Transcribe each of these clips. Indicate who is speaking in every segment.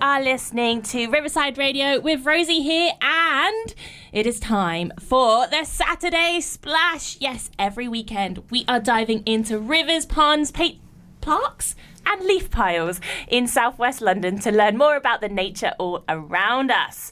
Speaker 1: are listening to Riverside Radio with Rosie here, and it is time for the Saturday Splash. Yes, every weekend we are diving into rivers, ponds, pa- parks, and leaf piles in southwest London to learn more about the nature all around us.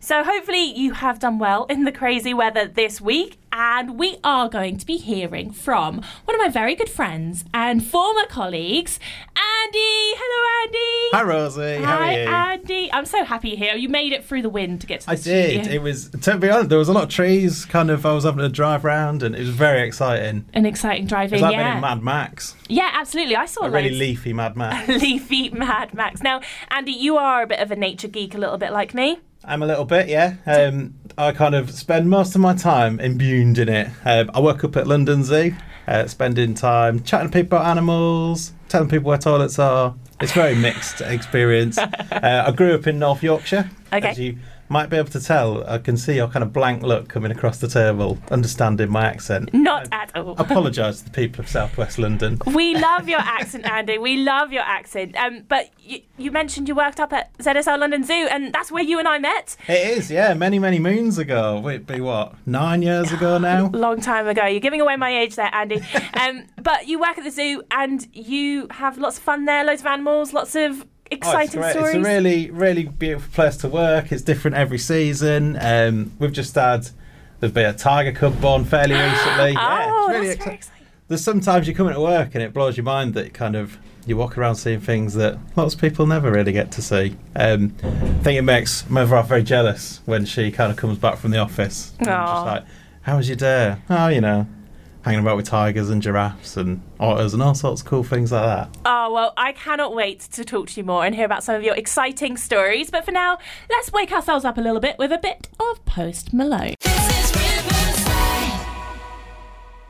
Speaker 1: So, hopefully, you have done well in the crazy weather this week. And we are going to be hearing from one of my very good friends and former colleagues, Andy. Hello, Andy.
Speaker 2: Hi Rosie, how
Speaker 1: Hi,
Speaker 2: are you?
Speaker 1: Andy. I'm so happy you're here. You made it through the wind to get to the
Speaker 2: I did.
Speaker 1: studio.
Speaker 2: It was to be honest, there was a lot of trees. Kind of, I was having to drive round, and it was very exciting.
Speaker 1: An exciting drive in,
Speaker 2: It's like being
Speaker 1: yeah.
Speaker 2: in Mad Max,
Speaker 1: yeah, absolutely. I saw
Speaker 2: a really
Speaker 1: loads.
Speaker 2: leafy Mad Max.
Speaker 1: leafy Mad Max. Now, Andy, you are a bit of a nature geek, a little bit like me.
Speaker 2: I'm a little bit, yeah. Um, I kind of spend most of my time imbued in it. Um, I work up at London Zoo, uh, spending time chatting to people about animals, telling people where toilets are. It's a very mixed experience. Uh, I grew up in North Yorkshire.
Speaker 1: Okay.
Speaker 2: As you might be able to tell, I can see your kind of blank look coming across the table, understanding my accent.
Speaker 1: Not at all.
Speaker 2: apologise to the people of Southwest London.
Speaker 1: We love your accent, Andy. We love your accent. Um, but you, you mentioned you worked up at ZSL London Zoo, and that's where you and I met
Speaker 2: It is, yeah, many, many moons ago. It'd be what, nine years ago now? Oh,
Speaker 1: long time ago. You're giving away my age there, Andy. Um, but you work at the zoo, and you have lots of fun there. Loads of animals, lots of
Speaker 2: Oh, it's
Speaker 1: exciting
Speaker 2: great.
Speaker 1: stories.
Speaker 2: It's a really, really beautiful place to work. It's different every season. Um, we've just had there'd be a tiger cub born fairly recently. yeah,
Speaker 1: oh,
Speaker 2: it's really
Speaker 1: that's
Speaker 2: exci-
Speaker 1: very exciting.
Speaker 2: There's sometimes you come into work and it blows your mind that kind of you walk around seeing things that lots of people never really get to see. Um, I think it makes my wife very jealous when she kind of comes back from the office. And I'm
Speaker 1: Aw.
Speaker 2: just like, how was your day? Oh, you know, hanging about with tigers and giraffes and otters and all sorts of cool things like that.
Speaker 1: Oh, well, I cannot wait to talk to you more and hear about some of your exciting stories. But for now, let's wake ourselves up a little bit with a bit of Post Malone.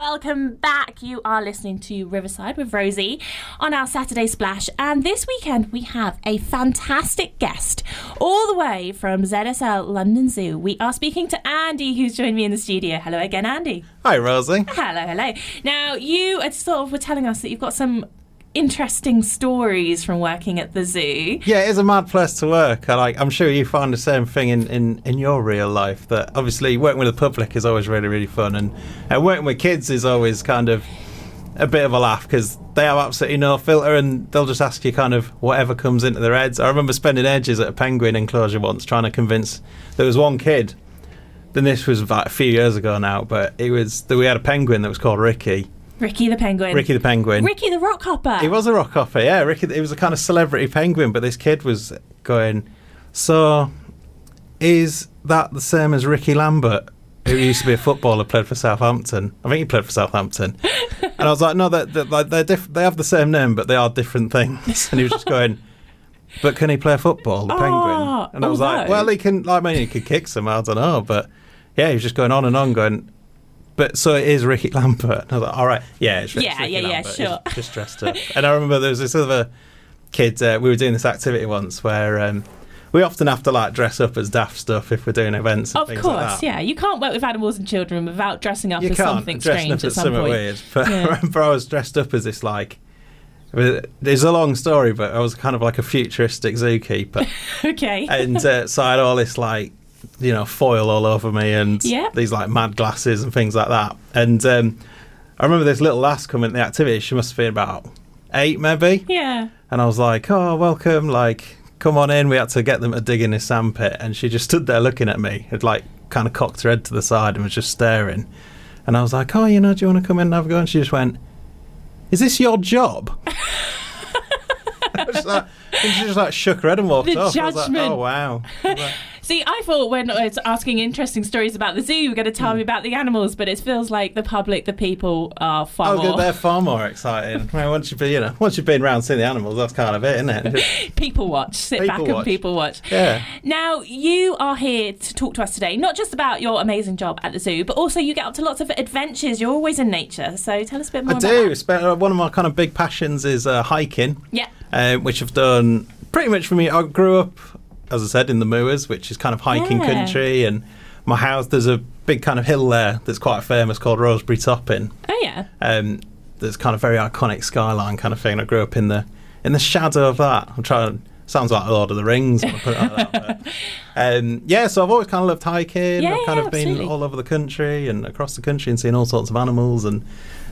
Speaker 1: Welcome back. You are listening to Riverside with Rosie on our Saturday Splash. And this weekend, we have a fantastic guest all the way from ZSL London Zoo. We are speaking to Andy, who's joined me in the studio. Hello again, Andy.
Speaker 2: Hi, Rosie.
Speaker 1: Hello, hello. Now, you are sort of were telling us that you've got some interesting stories from working at the zoo.
Speaker 2: Yeah, it is a mad place to work. I like, I'm sure you find the same thing in, in, in your real life. That obviously working with the public is always really really fun, and and working with kids is always kind of a bit of a laugh because they have absolutely no filter, and they'll just ask you kind of whatever comes into their heads. I remember spending ages at a penguin enclosure once trying to convince there was one kid. Then this was about a few years ago now, but it was that we had a penguin that was called Ricky,
Speaker 1: Ricky the Penguin.
Speaker 2: Ricky the penguin.
Speaker 1: Ricky the Rock Hopper.
Speaker 2: He was a rock hopper, yeah. Ricky, he was a kind of celebrity penguin, but this kid was going, So, is that the same as Ricky Lambert, who used to be a footballer, played for Southampton? I think he played for Southampton. And I was like, No, they're, they're, like, they're diff- they have the same name, but they are different things. And he was just going, But can he play football, the
Speaker 1: Ah,
Speaker 2: penguin? And I was like,
Speaker 1: although-
Speaker 2: Well, he can, like, maybe he could kick some, I don't know. But yeah, he was just going on and on, going, but so it is Ricky Lambert. And I was like, all right, yeah, it's, it's
Speaker 1: Yeah,
Speaker 2: Ricky
Speaker 1: yeah, yeah,
Speaker 2: Lambert.
Speaker 1: sure.
Speaker 2: He's just dressed up. And I remember there was this other kid. Uh, we were doing this activity once where um, we often have to like dress up as daft stuff if we're doing events. And
Speaker 1: Of
Speaker 2: things
Speaker 1: course,
Speaker 2: like that.
Speaker 1: yeah. You can't work with animals and children without dressing up
Speaker 2: You
Speaker 1: as
Speaker 2: can't
Speaker 1: something
Speaker 2: dress
Speaker 1: strange
Speaker 2: up
Speaker 1: at
Speaker 2: as
Speaker 1: some
Speaker 2: something
Speaker 1: point.
Speaker 2: weird. But
Speaker 1: Yeah.
Speaker 2: I remember I was dressed up as this like. It's a long story, but I was kind of like a futuristic zookeeper.
Speaker 1: Okay.
Speaker 2: and uh, so I had all this like you know foil all over me and
Speaker 1: Yeah.
Speaker 2: these like mad glasses and things like that and um, I remember this little lass coming at the activity she must have been about eight maybe
Speaker 1: yeah.
Speaker 2: and I was like oh welcome like come on in we had to get them to dig in this sandpit and she just stood there looking at me had like kind of cocked her head to the side and was just staring and I was like oh you know do you want to come in and have a go and she just went is this your job I was like- and she just like shook her head and walked
Speaker 1: The
Speaker 2: off. I was like,
Speaker 1: judgment.
Speaker 2: oh wow! I was like,
Speaker 1: See, I thought when I was asking interesting stories about the zoo, you were going to
Speaker 2: Hmm.
Speaker 1: tell me about the animals, but it feels like the public, the people are
Speaker 2: I
Speaker 1: far
Speaker 2: was Oh, good.
Speaker 1: more
Speaker 2: They're far more exciting. I mean, once you've been, you know, once you've been around seeing the animals, that's kind of it, isn't it? Just-
Speaker 1: people watch. Sit
Speaker 2: People
Speaker 1: back and
Speaker 2: watch.
Speaker 1: people watch.
Speaker 2: yeah.
Speaker 1: Now, you are here to talk to us today, not just about your amazing job at the zoo, but also you get up to lots of adventures. You're always in nature. So tell us a bit more
Speaker 2: I
Speaker 1: about
Speaker 2: do.
Speaker 1: that.
Speaker 2: Spe- uh, One of my kind of big passions is uh, hiking,
Speaker 1: Yeah.
Speaker 2: um, which I've done pretty much for me. I grew up, as I said, in the Moors, which is kind of hiking
Speaker 1: Yeah.
Speaker 2: country, and my house. There's a big kind of hill there that's quite famous called Rosebery Topping.
Speaker 1: Oh, yeah.
Speaker 2: um, that's kind of very iconic skyline kind of thing. I grew up in the in the shadow of that. I'm trying. sounds like Lord of the Rings. when I put it like that, but, um, yeah, so I've always kind of loved hiking.
Speaker 1: Yeah,
Speaker 2: I've kind
Speaker 1: yeah,
Speaker 2: of been
Speaker 1: absolutely.
Speaker 2: all over the country and across the country and seen all sorts of animals and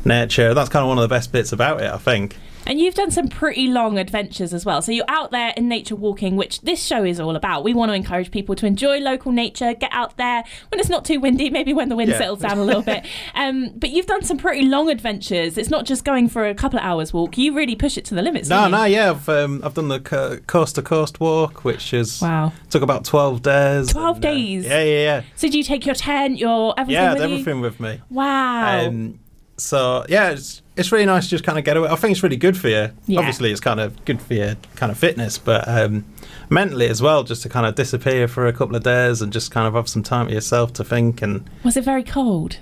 Speaker 2: nature. That's kind of one of the best bits about it, I think.
Speaker 1: And you've done some pretty long adventures as well. So you're out there in nature walking, which this show is all about. We want to encourage people to enjoy local nature, get out there when it's not too windy, maybe when the wind
Speaker 2: Yeah.
Speaker 1: settles down a little bit. Um, but you've done some pretty long adventures. It's not just going for a couple of hours walk. You really push it to the limits.
Speaker 2: No,
Speaker 1: don't you?
Speaker 2: no, yeah, I've um, I've done the co- coast to coast walk, which is
Speaker 1: Wow.
Speaker 2: took about twelve days.
Speaker 1: 12
Speaker 2: and, uh,
Speaker 1: days?
Speaker 2: yeah, yeah, yeah,
Speaker 1: So do you take your tent, your everything?
Speaker 2: yeah. I had
Speaker 1: with you?
Speaker 2: everything with me.
Speaker 1: Wow.
Speaker 2: Um, so yeah, it's it's really nice to just kind of get away. I think it's really good for you.
Speaker 1: Yeah.
Speaker 2: Obviously, it's kind of good for your kind of fitness, but um, mentally as well, just to kind of disappear for a couple of days and just kind of have some time to yourself to think. And
Speaker 1: Was it very cold?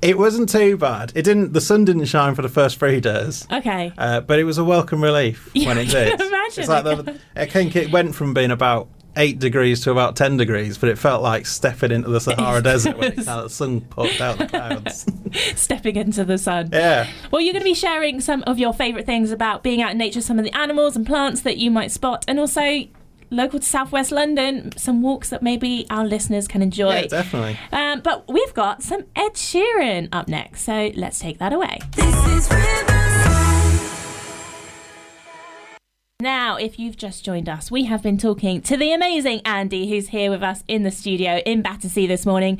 Speaker 2: it wasn't too bad. It didn't. The sun didn't shine for the first three days.
Speaker 1: Okay.
Speaker 2: Uh, but it was a welcome relief
Speaker 1: Yeah,
Speaker 2: when
Speaker 1: I
Speaker 2: it
Speaker 1: can
Speaker 2: did.
Speaker 1: imagine.
Speaker 2: It's like the, I think it went from being about eight degrees to about ten degrees, but it felt like stepping into the Sahara Desert when it,
Speaker 1: Yes.
Speaker 2: kind of, the sun popped out the clouds.
Speaker 1: Stepping into the sun.
Speaker 2: yeah.
Speaker 1: Well, you're going to be sharing some of your favourite things about being out in nature, some of the animals and plants that you might spot, and also local to southwest London, some walks that maybe our listeners can
Speaker 2: Yeah,
Speaker 1: enjoy.
Speaker 2: definitely.
Speaker 1: um, but we've got some Ed Sheeran up next, so let's take that away.
Speaker 3: This is Riverside.
Speaker 1: Now, if you've just joined us, we have been talking to the amazing Andy, who's here with us in the studio in Battersea this morning,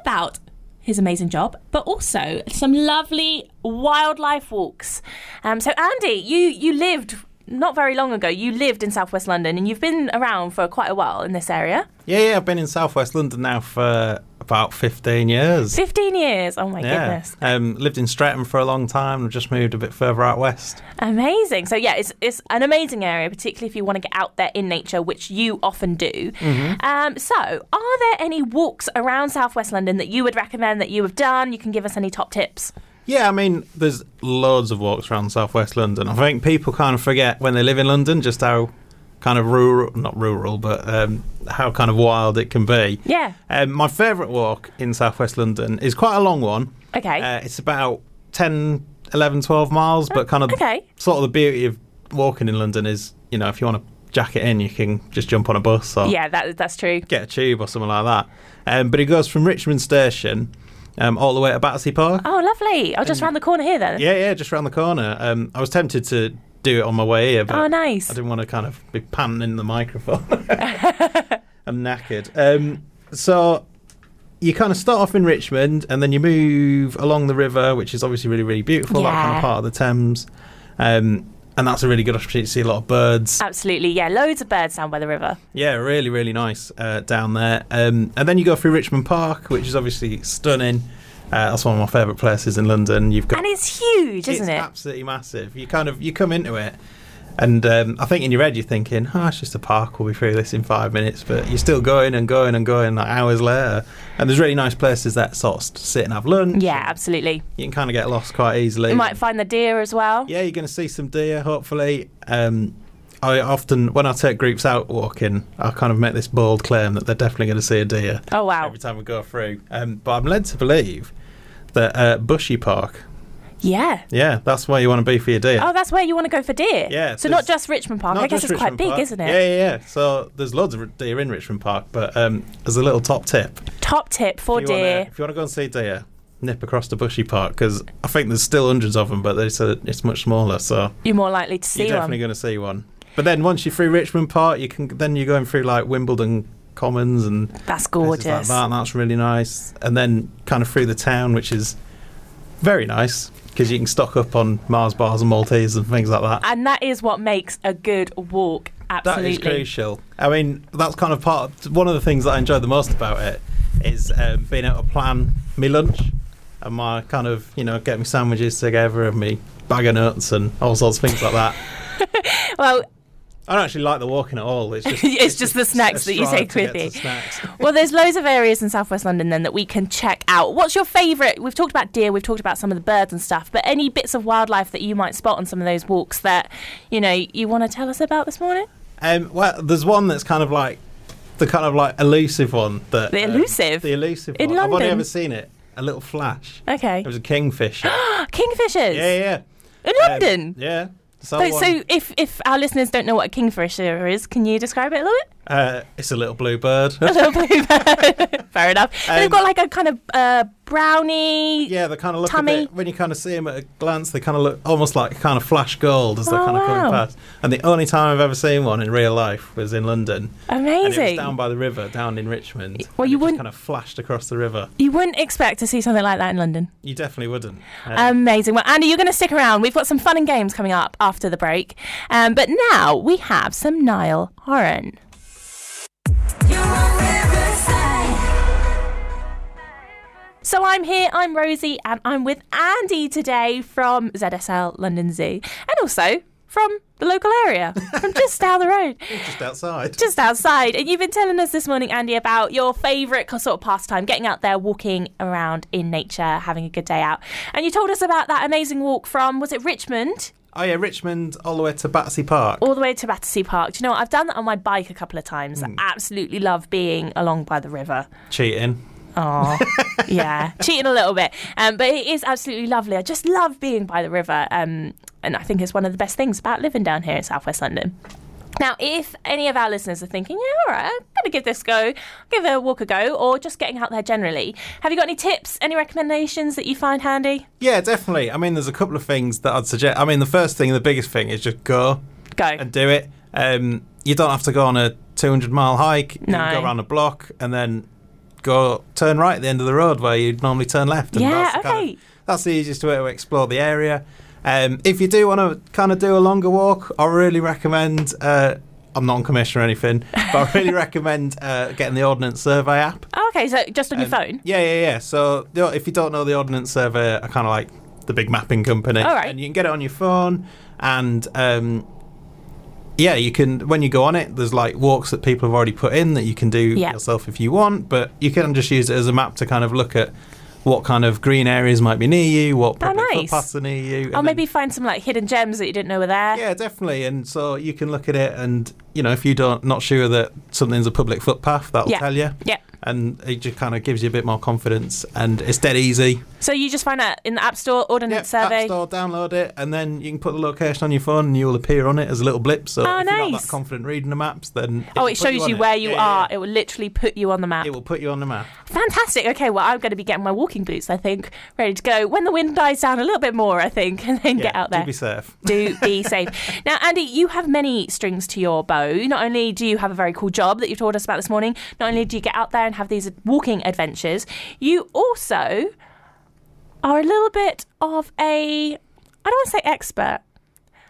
Speaker 1: about his amazing job, but also some lovely wildlife walks. Um, so, Andy, you you lived not very long ago. You lived in Southwest London, and you've been around for quite a while in this area.
Speaker 2: Yeah, yeah, I've been in Southwest London now for about 15 years.
Speaker 1: Fifteen years. Oh my
Speaker 2: yeah.
Speaker 1: goodness,
Speaker 2: Um, lived in Streatham for a long time. I've just moved a bit further out west.
Speaker 1: amazing. So yeah, it's it's an amazing area, particularly if you want to get out there in nature, which you often do.
Speaker 2: Mm-hmm.
Speaker 1: Um, so, are there any walks around Southwest London that you would recommend that you have done? You can give us any top tips.
Speaker 2: Yeah, I mean, there's loads of walks around Southwest London. I think people kind of forget when they live in London just how kind of rural, not rural, but um, how kind of wild it can be.
Speaker 1: Yeah.
Speaker 2: Um, my favourite walk in Southwest London is quite a long one.
Speaker 1: Okay.
Speaker 2: Uh, it's about 10, 11, 12 miles, but kind of
Speaker 1: okay.
Speaker 2: sort of the beauty of walking in London is, you know, if you want to jack it in, you can just jump on a bus or
Speaker 1: yeah, that that's true.
Speaker 2: get a tube or something like that. Um, but it goes from Richmond Station um, all the way to Battersea Park.
Speaker 1: Oh, lovely. I'll just round the corner here then.
Speaker 2: Yeah, yeah, just round the corner. Um, I was tempted to do it on my way here, but
Speaker 1: Oh, nice.
Speaker 2: I didn't want to kind of be panning the microphone. I'm knackered. Um, so you kind of start off in Richmond and then you move along the river, which is obviously really, really beautiful, that kind
Speaker 1: Yeah.
Speaker 2: of part of the Thames. Um, and that's a really good opportunity to see a lot of birds.
Speaker 1: Absolutely. Yeah, loads of birds down by the river.
Speaker 2: Yeah, really, really nice uh, down there. Um, and then you go through Richmond Park, which is obviously stunning. Uh, that's one of my favourite places in London. You've got
Speaker 1: And it's huge, isn't
Speaker 2: it's
Speaker 1: it?
Speaker 2: absolutely massive. You kind of you come into it, and um, I think in your head you're thinking, "Oh, it's just a park. We'll be through this in five minutes." But you're still going and going and going like hours later. And there's really nice places that sort of sit and have lunch.
Speaker 1: yeah, absolutely.
Speaker 2: you can kind of get lost quite easily.
Speaker 1: You might find the deer as well.
Speaker 2: yeah, you're going to see some deer hopefully. Um, I often when I take groups out walking, I kind of make this bold claim that they're definitely going to see a deer
Speaker 1: Oh wow.
Speaker 2: every time we go through. Um, but I'm led to believe that uh, Bushy Park.
Speaker 1: Yeah.
Speaker 2: Yeah, that's where you want to be for your deer.
Speaker 1: Oh, that's where you want to go for deer.
Speaker 2: Yeah,
Speaker 1: So not
Speaker 2: there's-
Speaker 1: just Richmond Park.
Speaker 2: Not
Speaker 1: I guess
Speaker 2: just
Speaker 1: it's quite
Speaker 2: Richmond
Speaker 1: big,
Speaker 2: Park.
Speaker 1: isn't it?
Speaker 2: Yeah, yeah, yeah. So there's loads of deer in Richmond Park, but um, as a little top tip,
Speaker 1: Top tip for
Speaker 2: if you
Speaker 1: deer.
Speaker 2: Wanna, if you want to go and see deer, nip across to Bushy Park because I think there's still hundreds of them, but they said it's much smaller, so
Speaker 1: You're more likely to see
Speaker 2: you're
Speaker 1: one.
Speaker 2: definitely going to see one. But then once you're through Richmond Park, you can then you're going through like Wimbledon Commons and
Speaker 1: That's
Speaker 2: places like
Speaker 1: gorgeous.
Speaker 2: that, and that's really nice. And then kind of through the town, which is very nice because you can stock up on Mars bars and Maltese and things like that.
Speaker 1: And that is what makes a good walk.
Speaker 2: That
Speaker 1: Absolutely.
Speaker 2: is crucial. I mean, that's kind of part. one of the things that I enjoy the most about it is um, being able to plan me lunch and my kind of you know get me sandwiches together and me bag of nuts and all sorts of things like that.
Speaker 1: Well,
Speaker 2: I don't actually like the walking at all. It's just
Speaker 1: It's just the snacks
Speaker 2: a
Speaker 1: that you
Speaker 2: strive
Speaker 1: take
Speaker 2: to get
Speaker 1: with
Speaker 2: to
Speaker 1: you.
Speaker 2: snacks.
Speaker 1: well, there's loads of areas in Southwest London then that we can check out. What's your favourite? We've talked about deer, we've talked about some of the birds and stuff, but any bits of wildlife that you might spot on some of those walks that you know you want to tell us about this morning?
Speaker 2: Um, well, there's one that's kind of like the kind of like elusive one that
Speaker 1: The
Speaker 2: um,
Speaker 1: elusive?
Speaker 2: the elusive
Speaker 1: In
Speaker 2: one. I've only
Speaker 1: London?
Speaker 2: ever seen it. A little flash.
Speaker 1: Okay, Ah,
Speaker 2: It was a kingfisher. yeah,
Speaker 1: kingfishers
Speaker 2: yeah.
Speaker 1: in
Speaker 2: Um,
Speaker 1: London.
Speaker 2: yeah. So,
Speaker 1: So,
Speaker 2: um,
Speaker 1: so if, if our listeners don't know what a kingfisher is, can you describe it a little bit?
Speaker 2: uh, it's a little blue bird.
Speaker 1: A little bit. Fair enough. And they've
Speaker 2: Um,
Speaker 1: got like a kind of uh, brownie.
Speaker 2: Yeah, they kind of look
Speaker 1: Tummy.
Speaker 2: a bit, when you kind of see them at a glance, they kind of look almost like kind of flash gold as they're
Speaker 1: Oh,
Speaker 2: kind of
Speaker 1: wow.
Speaker 2: coming past. And the only time I've ever seen one in real life was in London. And it was
Speaker 1: Amazing.
Speaker 2: down by the river, down in Richmond.
Speaker 1: Well,
Speaker 2: and
Speaker 1: you
Speaker 2: it just
Speaker 1: wouldn't-
Speaker 2: kind of flashed across the river.
Speaker 1: You wouldn't expect to see something like that in London.
Speaker 2: You definitely wouldn't. Uh,
Speaker 1: Amazing. Well, Andy, you're going to stick around. We've got some fun and games coming up after the break. Um, but now we have some Niall Horan.
Speaker 3: You're on Riverside.
Speaker 1: So I'm here, I'm Rosie, and I'm with Andy today from ZSL London Zoo and also from the local area, from just down the road,
Speaker 2: just outside.
Speaker 1: just outside. And you've been telling us this morning, Andy, about your favourite co- sort of pastime, getting out there, walking around in nature, having a good day out. And you told us about that amazing walk from, was it Richmond?
Speaker 2: oh, yeah, Richmond all the way to Battersea Park.
Speaker 1: all the way to Battersea Park. Do you know what? I've done that on my bike a couple of times.
Speaker 2: Hmm.
Speaker 1: I absolutely love being along by the river.
Speaker 2: Cheating.
Speaker 1: Oh, yeah, cheating a little bit, um, but it is absolutely lovely. I just love being by the river, um, and I think it's one of the best things about living down here in Southwest London. Now, if any of our listeners are thinking, yeah, all right, I'm going to give this a go, give a walk a go, or just getting out there generally, have you got any tips, any recommendations that you find handy?
Speaker 2: Yeah, definitely. I mean, there's a couple of things that I'd suggest. I mean, the first thing, the biggest thing is just go.
Speaker 1: Go.
Speaker 2: and do it. Um, you don't have to go on a 200 mile hike. You
Speaker 1: No.
Speaker 2: can go around a block and then go turn right at the end of the road where you'd normally turn left. And
Speaker 1: Yeah,
Speaker 2: that's the kind
Speaker 1: okay.
Speaker 2: of- that's the easiest way to explore the area. Um, if you do want to kind of do a longer walk, I really recommend. Uh, I'm not on commission or anything, but I really recommend uh, getting the Ordnance Survey app.
Speaker 1: Oh, okay, so just on your
Speaker 2: Um,
Speaker 1: phone.
Speaker 2: Yeah, yeah, yeah. So you know, if you don't know, the Ordnance Survey are kind of like the big mapping company,
Speaker 1: All right.
Speaker 2: and you can get it on your phone. And um, yeah, you can when you go on it. There's like walks that people have already put in that you can do
Speaker 1: Yeah.
Speaker 2: yourself if you want, but you can just use it as a map to kind of look at what kind of green areas might be near you, what public
Speaker 1: Oh, nice.
Speaker 2: footpaths are near you. and
Speaker 1: I'll
Speaker 2: then-
Speaker 1: maybe find some like hidden gems that you didn't know were there.
Speaker 2: yeah, definitely. And so you can look at it, and you know, if you don't not sure that something's a public footpath, that'll
Speaker 1: Yeah.
Speaker 2: tell you
Speaker 1: yeah.
Speaker 2: and it just kind of gives you a bit more confidence and it's dead easy
Speaker 1: So you just find out in the App Store, Ordnance Survey.
Speaker 2: app store download it and then you can put the location on your phone and you'll appear on it as a little blip
Speaker 1: Oh,
Speaker 2: so if you're not
Speaker 1: nice.
Speaker 2: that confident reading the maps then
Speaker 1: Oh,
Speaker 2: will
Speaker 1: it
Speaker 2: put
Speaker 1: shows
Speaker 2: on
Speaker 1: you
Speaker 2: it.
Speaker 1: where you
Speaker 2: Yeah,
Speaker 1: are.
Speaker 2: yeah,
Speaker 1: It will literally put you on the map.
Speaker 2: yeah. it will put you on the map
Speaker 1: Fantastic. Okay, well, I'm going to be getting my walking boots, I think, ready to go when the wind dies down a little bit more, I think, and then get
Speaker 2: Yeah,
Speaker 1: out there.
Speaker 2: do be safe
Speaker 1: Do be safe. Now, Andy, you have many strings to your bow. Not only do you have a very cool job that you've told us about this morning, not only do you get out there and have these walking adventures, you also are a little bit of a, I don't want to say expert,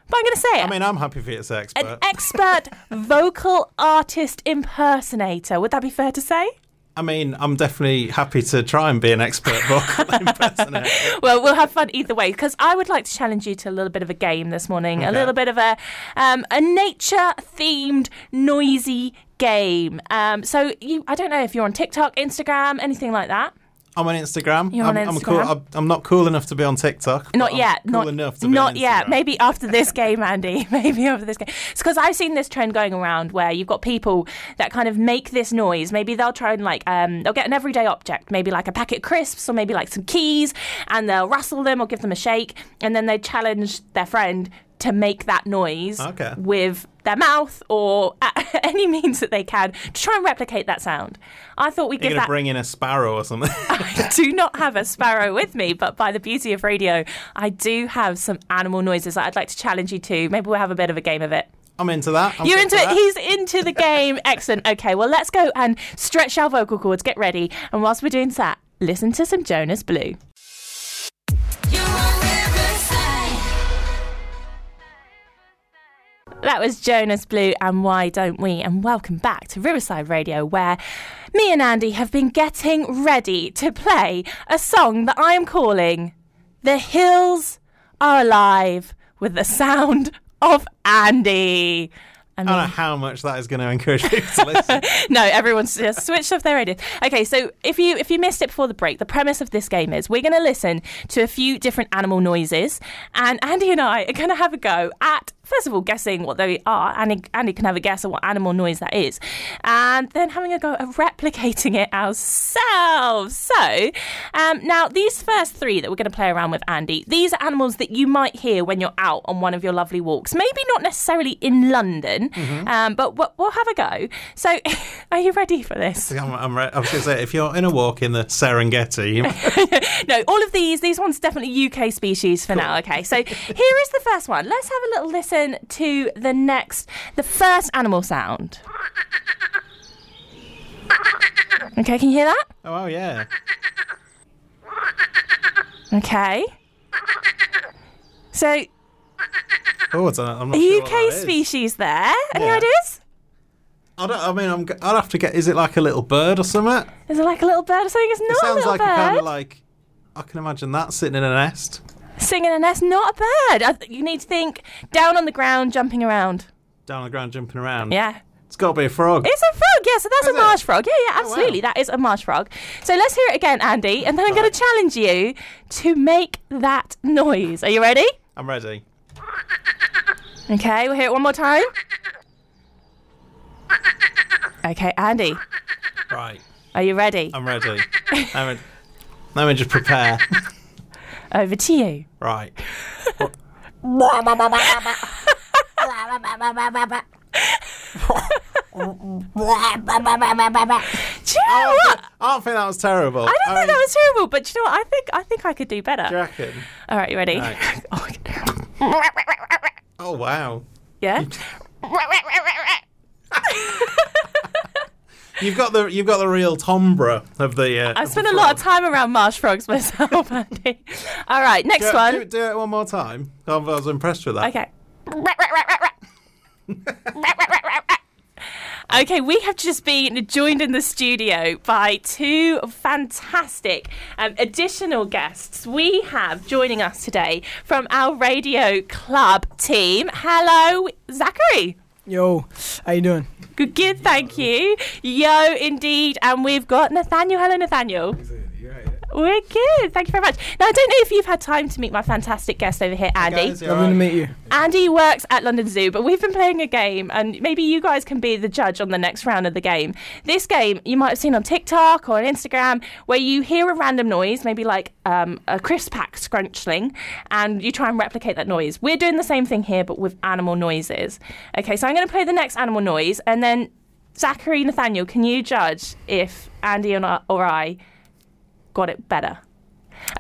Speaker 1: but I'm going to say it.
Speaker 2: i mean i'm happy for you as an
Speaker 1: an
Speaker 2: expert
Speaker 1: expert vocal artist impersonator. Would that be fair to say?
Speaker 2: i mean i'm definitely happy to try and be an expert vocal impersonator
Speaker 1: Well, we'll have fun either way because I would like to challenge you to a little bit of a game this morning, a
Speaker 2: Okay.
Speaker 1: little bit of a um, a nature themed noisy game. Um, so you, I don't know if you're on TikTok, Instagram, anything like that.
Speaker 2: i'm on instagram
Speaker 1: You're on
Speaker 2: I'm, I'm, cool,
Speaker 1: Instagram?
Speaker 2: I'm, I'm not cool enough to be on tiktok but
Speaker 1: Not
Speaker 2: I'm
Speaker 1: yet.
Speaker 2: cool
Speaker 1: not
Speaker 2: enough to be
Speaker 1: not
Speaker 2: on
Speaker 1: yet.
Speaker 2: Instagram.
Speaker 1: Maybe after this game, Andy. Maybe after this game. It's because I've seen this trend going around where you've got people that kind of make this noise. Maybe they'll try and like um, they'll get an everyday object, maybe like a packet of crisps or maybe like some keys, and they'll rustle them or give them a shake, and then they challenge their friend to make that noise
Speaker 2: Okay.
Speaker 1: with their mouth or a- any means that they can to try and replicate that sound. I thought we'd
Speaker 2: you're
Speaker 1: give
Speaker 2: gonna
Speaker 1: that
Speaker 2: bring in a sparrow or something
Speaker 1: do not have a sparrow with me, but by the beauty of radio, I do have some animal noises that I'd like to challenge you to. Maybe we'll have a bit of a game of it.
Speaker 2: i'm into that I'm
Speaker 1: You're
Speaker 2: good
Speaker 1: into
Speaker 2: for
Speaker 1: it.
Speaker 2: that.
Speaker 1: He's into the game. Excellent. Okay, well, let's go and stretch our vocal cords. Get ready. And whilst we're doing that, listen to some Jonas Blue.
Speaker 3: You're on Riverside.
Speaker 1: That was Jonas Blue and Why Don't We? And welcome back to Riverside Radio, where me and Andy have been getting ready to play a song that I am calling The Hills Are Alive with the Sound of Andy. I
Speaker 2: I
Speaker 1: mean,
Speaker 2: don't know how much that is going to encourage people to listen.
Speaker 1: no, everyone's just switched off their radio. Okay, so if you if you missed it before the break, the premise of this game is we're going to listen to a few different animal noises, and Andy and I are going to have a go at first of all, guessing what they are. Andy, Andy can have a guess at what animal noise that is. And then having a go at replicating it ourselves. So, um, now these first three that we're going to play around with, Andy, these are animals that you might hear when you're out on one of your lovely walks. Maybe not necessarily in London, um, but we'll, we'll have a go. So, are you ready for this?
Speaker 2: I'm, I'm re- I was going to say, if you're in a walk in the Serengeti,
Speaker 1: no, all of these, these ones definitely UK species for now. Okay, so here is the first one. Let's have a little listen to the next, the first animal sound. Okay, can you hear that?
Speaker 2: oh, wow, yeah.
Speaker 1: Okay. So,
Speaker 2: Oh, it's, I'm not sure
Speaker 1: UK
Speaker 2: what that is.
Speaker 1: species there. Any
Speaker 2: Yeah.
Speaker 1: ideas?
Speaker 2: I, don't, I mean, I'm, g- I'd have to get. Is it like a little bird or something?
Speaker 1: Is it like a little bird or something? It's
Speaker 2: It
Speaker 1: not a
Speaker 2: sounds
Speaker 1: little
Speaker 2: like
Speaker 1: bird.
Speaker 2: a kind of like. I can imagine that sitting in a nest
Speaker 1: Singing a nest, not a bird. I th- you need to think down on the ground, jumping around.
Speaker 2: down on the ground, jumping around.
Speaker 1: Yeah.
Speaker 2: it's got to be a frog.
Speaker 1: It's a frog, yeah. So that's
Speaker 2: Is
Speaker 1: a
Speaker 2: it? Oh,
Speaker 1: marsh frog. Yeah, yeah,
Speaker 2: wow.
Speaker 1: absolutely. That is a marsh frog. So let's hear it again, Andy, and then I'm going to challenge you to make that noise. Are you ready?
Speaker 2: I'm ready.
Speaker 1: Okay, we'll hear it one more time. Okay, Andy,
Speaker 2: Right,
Speaker 1: are you ready?
Speaker 2: I'm ready. I'm ready. Let me just prepare.
Speaker 1: Over to you.
Speaker 2: Right.
Speaker 1: Do you know what?
Speaker 2: Oh, I oh. don't think that was terrible.
Speaker 1: I don't think that was terrible, but do you know what? I think I think I could do
Speaker 2: Do you
Speaker 1: better.
Speaker 2: reckon?
Speaker 1: All right, you ready?
Speaker 2: Right.
Speaker 1: Oh, okay.
Speaker 2: Oh wow!
Speaker 1: yeah.
Speaker 2: You've got the you've got the real timbre of the. Uh,
Speaker 1: I spent a lot of time around marsh frogs myself, Andy. All right, next
Speaker 2: Do,
Speaker 1: one.
Speaker 2: do, do it one more time. I was impressed with that.
Speaker 1: Okay. okay, we have just been joined in the studio by two fantastic um, additional guests. We have joining us today from our radio club team. Hello, Zachary.
Speaker 4: Yo, how you doing?
Speaker 1: Good, good, thank you. Yo, indeed. And we've got Nathaniel. Hello, Nathaniel. We're good. Thank you very much. Now, I don't know if you've had time to meet my fantastic guest over here, Andy.
Speaker 2: Guys, you
Speaker 4: Lovely to
Speaker 2: alright?
Speaker 4: meet you.
Speaker 1: Andy works at London Zoo, but we've been playing a game, and maybe you guys can be the judge on the next round of the game. This game you might have seen on TikTok or on Instagram, where you hear a random noise, maybe like um, a crisp pack scrunchling, and you try and replicate that noise. We're doing the same thing here, but with animal noises. Okay, so I'm going to play the next animal noise, and then Zachary Nathaniel, can you judge if Andy and I- or I got it better?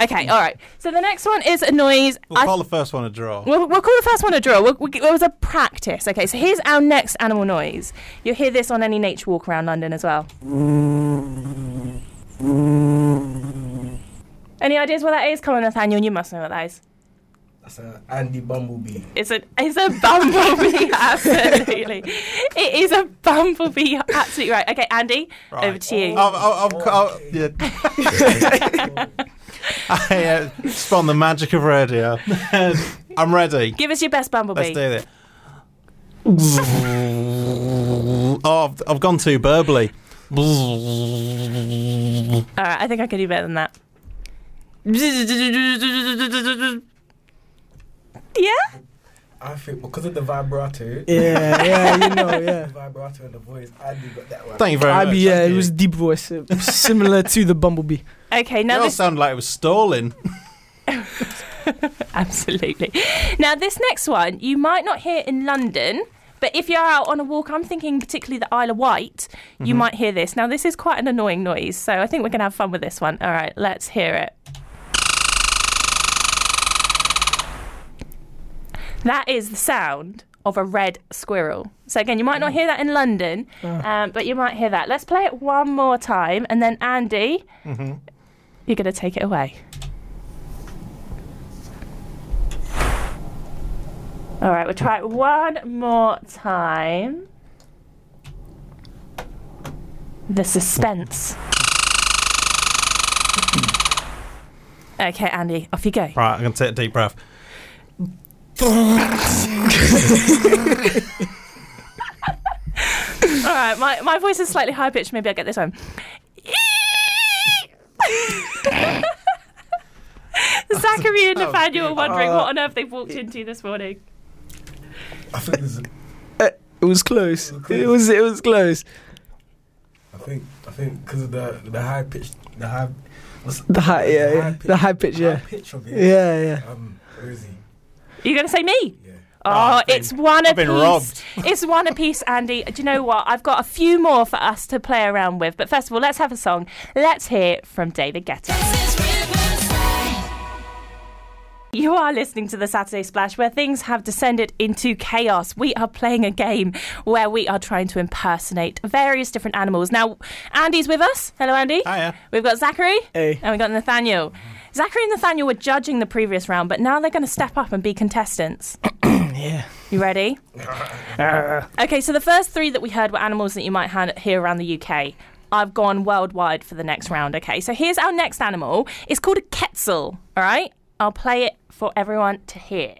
Speaker 1: Okay, all right. So the next one is a noise.
Speaker 2: We'll
Speaker 1: I-
Speaker 2: call the first one a draw.
Speaker 1: We'll, we'll call the first one a draw. We'll, we'll, it was a practice. Okay, so here's our next animal noise. You'll hear this on any nature walk around London as well. Any ideas what that is? Come on, Nathaniel, you must know what that is.
Speaker 5: That's an Andy Bumblebee.
Speaker 1: It's a it's a bumblebee, absolutely. It is a bumblebee, you're absolutely right. Okay, Andy,
Speaker 2: Right. Oh.
Speaker 1: over to you.
Speaker 2: I've, I've, I've, I've, yeah. I uh, spawned the magic of radio. I'm ready.
Speaker 1: Give us your best bumblebee.
Speaker 2: Let's do it. Oh, I've, I've gone too burbly.
Speaker 1: All right, I think I can do better than that. Yeah.
Speaker 5: I think because of the vibrato,
Speaker 4: Yeah, yeah, you know,
Speaker 5: the
Speaker 4: yeah.
Speaker 5: vibrato and the voice, Andy got that one.
Speaker 2: Thank you very
Speaker 4: I
Speaker 2: much.
Speaker 4: be, Ah, yeah,
Speaker 2: Thank
Speaker 4: it
Speaker 2: you.
Speaker 4: was deep voice, uh, similar to the bumblebee.
Speaker 1: Okay,
Speaker 2: It
Speaker 1: now
Speaker 2: all
Speaker 1: this
Speaker 2: sounded like it was stalling.
Speaker 1: Absolutely. Now, this next one you might not hear in London, but if you're out on a walk, I'm thinking particularly the Isle of Wight, you might hear this. Now, this is quite an annoying noise, so I think we're going to have fun with this one. All right, let's hear it. That is the sound of a red squirrel. So, again, you might not hear that in London, um, but you might hear that. Let's play it one more time, and then Andy, you're going to take it away. All right, we'll try it one more time. The suspense. Okay, Andy, off you go.
Speaker 2: Right, I'm going to take a deep breath.
Speaker 1: All right, my, my voice is slightly high pitched. Maybe I'll get this one. Zachary and Nathaniel are wondering what on earth they've walked into this morning.
Speaker 5: I think this is,
Speaker 4: It was close.
Speaker 5: It was
Speaker 4: It was it was close.
Speaker 5: I think I think because of the the high pitch, the high, what's
Speaker 4: The high yeah, yeah. the high pitch yeah.
Speaker 5: high pitch of it.
Speaker 4: Yeah, yeah.
Speaker 5: Um, where is he?
Speaker 1: You're going to say me?
Speaker 5: Yeah.
Speaker 1: Oh,
Speaker 2: I've been-
Speaker 1: it's one
Speaker 2: I've been
Speaker 1: apiece.
Speaker 2: robbed.
Speaker 1: It's one apiece, Andy. Do you know what? I've got a few more for us to play around with. But first of all, let's have a song. Let's hear from David Guetta.
Speaker 3: This is Riverside.
Speaker 1: You are listening to the Saturday Splash, where things have descended into chaos. We are playing a game where we are trying to impersonate various different animals. Now, Andy's with us. Hello, Andy.
Speaker 2: Hiya.
Speaker 1: We've got Zachary.
Speaker 4: Hey.
Speaker 1: And we've got Nathaniel. Zachary and Nathaniel were judging the previous round, but now they're going to step up and be contestants.
Speaker 4: Yeah.
Speaker 1: You ready? okay, so the first three that we heard were animals that you might han- hear around the UK. I've gone worldwide for the next round. Okay, so here's our next animal. It's called a quetzal. All right, I'll play it for everyone to hear.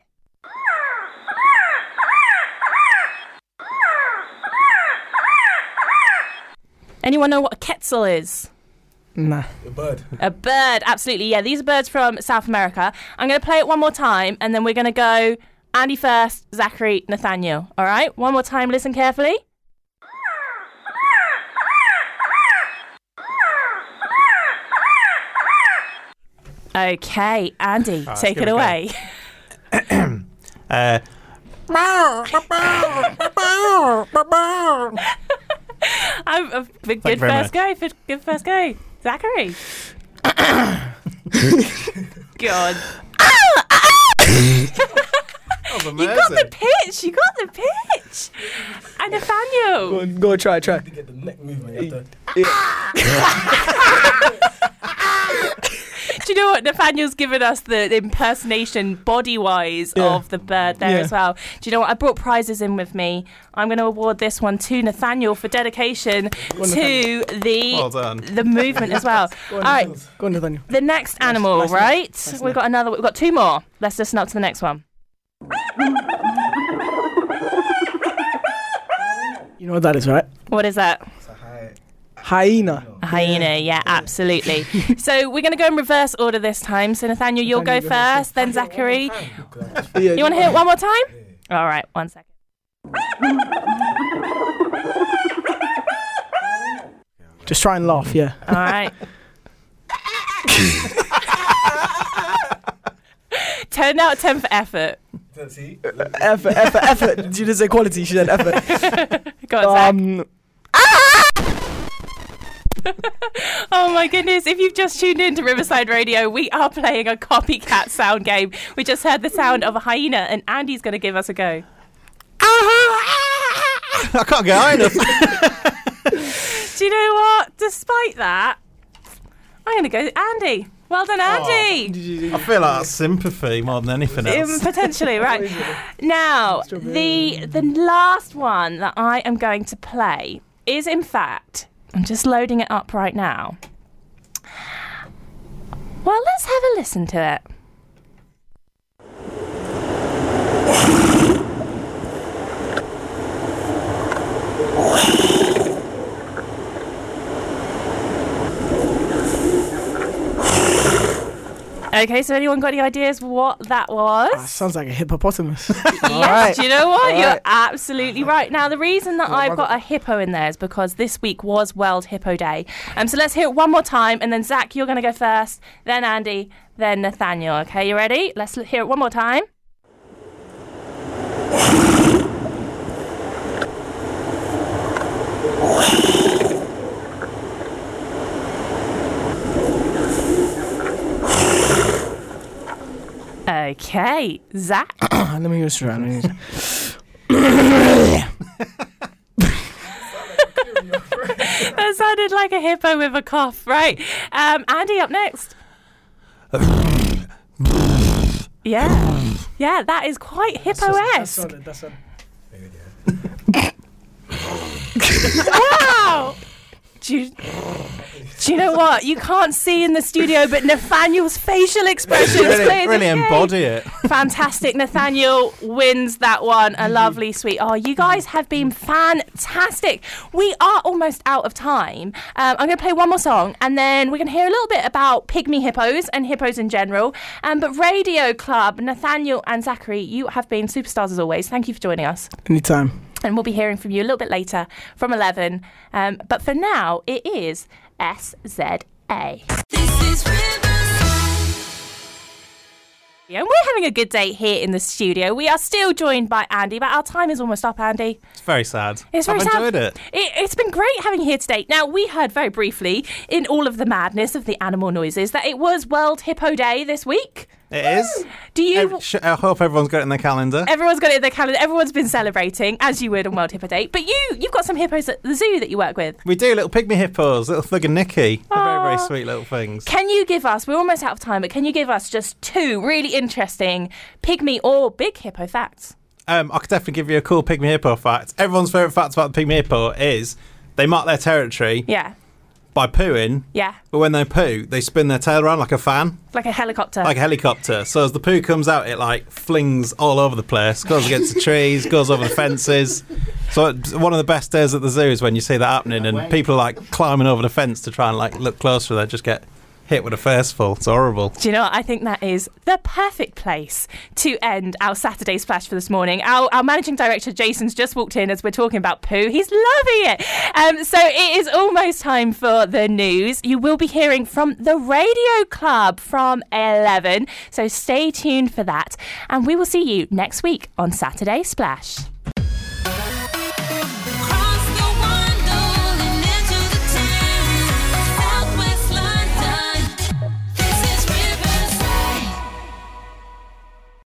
Speaker 1: Anyone know what a quetzal is?
Speaker 4: Nah.
Speaker 5: The bird.
Speaker 1: A bird, absolutely. Yeah, these are birds from South America. I'm going to play it one more time and then we're going to go Andy first, Zachary, Nathaniel. All right, one more time. Listen carefully. Okay, Andy,
Speaker 2: let's
Speaker 1: take it
Speaker 2: give it a Ah, go.
Speaker 1: away.
Speaker 2: Uh,
Speaker 1: I'm a good,
Speaker 2: you
Speaker 1: good
Speaker 2: very
Speaker 1: first go. Good, good first go. Zachary. God. You got the pitch. You got the pitch. And
Speaker 4: Go
Speaker 1: Nathaniel.
Speaker 4: on, go on, try try.
Speaker 5: To get the neck movement. you have to-
Speaker 1: Do you know what? Nathaniel's given us the impersonation body wise
Speaker 4: Yeah.
Speaker 1: of the bird there
Speaker 4: Yeah.
Speaker 1: as well. Do you know what? I brought prizes in with me. I'm going to award this one to Nathaniel for dedication to the
Speaker 2: Well done.
Speaker 1: the movement as well. All right,
Speaker 4: Go on, Nathaniel.
Speaker 1: the next animal,
Speaker 4: nice,
Speaker 1: right?
Speaker 4: nice,
Speaker 1: we've
Speaker 4: nice.
Speaker 1: got another. We've got two more. Let's listen up to the next one.
Speaker 4: You know what that is, right?
Speaker 1: What is that?
Speaker 5: It's a high.
Speaker 4: Hyena.
Speaker 1: A hyena, yeah, absolutely. so we're going to go in reverse order this time. So Nathaniel, you'll go
Speaker 4: Nathaniel, go ahead.
Speaker 1: first, then Zachary.
Speaker 5: Because I just-
Speaker 4: Yeah.
Speaker 1: You want to hear it one more time? All right, one second.
Speaker 4: Just try and laugh, yeah.
Speaker 1: All right. Ten out of ten for effort.
Speaker 5: See?
Speaker 4: effort, effort, effort. Did you just say quality? She said effort.
Speaker 1: Go on, Zach.
Speaker 4: Um,
Speaker 1: Oh my goodness! If you've just tuned in to Riverside Radio, we are playing a copycat sound game. We just heard the sound of a hyena, and Andy's going to give us a go.
Speaker 2: I can't get high enough.
Speaker 1: Do you know what? Despite that, I'm going to go Andy. Well done, Andy.
Speaker 2: I feel like that's sympathy more than anything
Speaker 1: Um,
Speaker 2: else.
Speaker 1: potentially, right. Now, the
Speaker 4: Strawberry.
Speaker 1: the last one that I am going to play is in fact, I'm just loading it up right now. Well, let's have a listen to it. Okay, so anyone got any ideas what that was?
Speaker 4: ah, sounds like a hippopotamus.
Speaker 1: Yes,
Speaker 4: Alright.
Speaker 1: do you know what?
Speaker 4: All
Speaker 1: You're
Speaker 4: right.
Speaker 1: absolutely right. Now, the reason that I've got a hippo in there is because this week was World Hippo Day. Um, so let's hear it one more time, and then Zach, you're going to go first, then Andy, then Nathaniel. Okay, you ready? Let's l- hear it one more time. Okay, Zach.
Speaker 4: Ah, Let me go try. Let me go try.
Speaker 1: That sounded like a hippo with a cough, right? Um, Andy, up next. yeah, yeah, that is quite hippo-esque.
Speaker 4: That's
Speaker 1: Wow. Do you, do you know what? You can't see in the studio, but Nathaniel's facial expression is
Speaker 6: really,
Speaker 1: clear.
Speaker 6: really embody it.
Speaker 1: Fantastic. Nathaniel wins that one. A lovely sweet. Oh, you guys have been fantastic. We are almost out of time. Um, I'm going to play one more song and then we're going to hear a little bit about pygmy hippos and hippos in general. Um, but Radio Club, Nathaniel and Zachary, you have been superstars as always. Thank you for joining us.
Speaker 4: Anytime.
Speaker 1: And we'll be hearing from you a little bit later from 11. Um, but for now, it is SZA.
Speaker 3: This is Riverside.
Speaker 1: And we're having a good day here in the studio. We are still joined by Andy, but our time is almost up, Andy.
Speaker 2: It's very sad.
Speaker 1: It's very
Speaker 2: I've
Speaker 1: sad.
Speaker 2: enjoyed it.
Speaker 1: it. has been great having you here today. Now, we heard very briefly in all of the madness of the animal noises that it was World Hippo Day this week.
Speaker 2: It is.
Speaker 1: Do you.
Speaker 2: Ev- sh- I hope everyone's got it in their calendar.
Speaker 1: Everyone's got it in their calendar. Everyone's been celebrating, as you would on World Hippo Day. But you, you've got some hippos at the zoo that you work with.
Speaker 2: We do little pygmy hippos, little Thug and Nicky. They're very, very
Speaker 1: Aw.
Speaker 2: sweet little things.
Speaker 1: Can you give us, we're almost out of time, but can you give us just two really interesting pygmy or big hippo facts?
Speaker 2: Um, I could definitely give you a cool pygmy hippo fact. Everyone's favourite fact about the pygmy hippo is they mark their territory
Speaker 1: Yeah,
Speaker 2: by pooing,
Speaker 1: yeah.
Speaker 2: but when they poo, they spin their tail around like a fan,
Speaker 1: Like a helicopter.
Speaker 2: like a helicopter. So as the poo comes out, it like flings all over the place, goes against the trees, goes over the fences. So it's one of the best days at the zoo is when you see that happening, and people are like climbing over the fence to try and like look closer. They just get hit with a fistful. It's horrible.
Speaker 1: Do you know what? I think that is the perfect place to end our Saturday splash for this morning. Our, our managing director, Jason's just walked in as we're talking about poo. He's loving it. Um, so it is almost time for the news. You will be hearing from the Radio Club from 11. So stay tuned for that. And we will see you next week on Saturday Splash.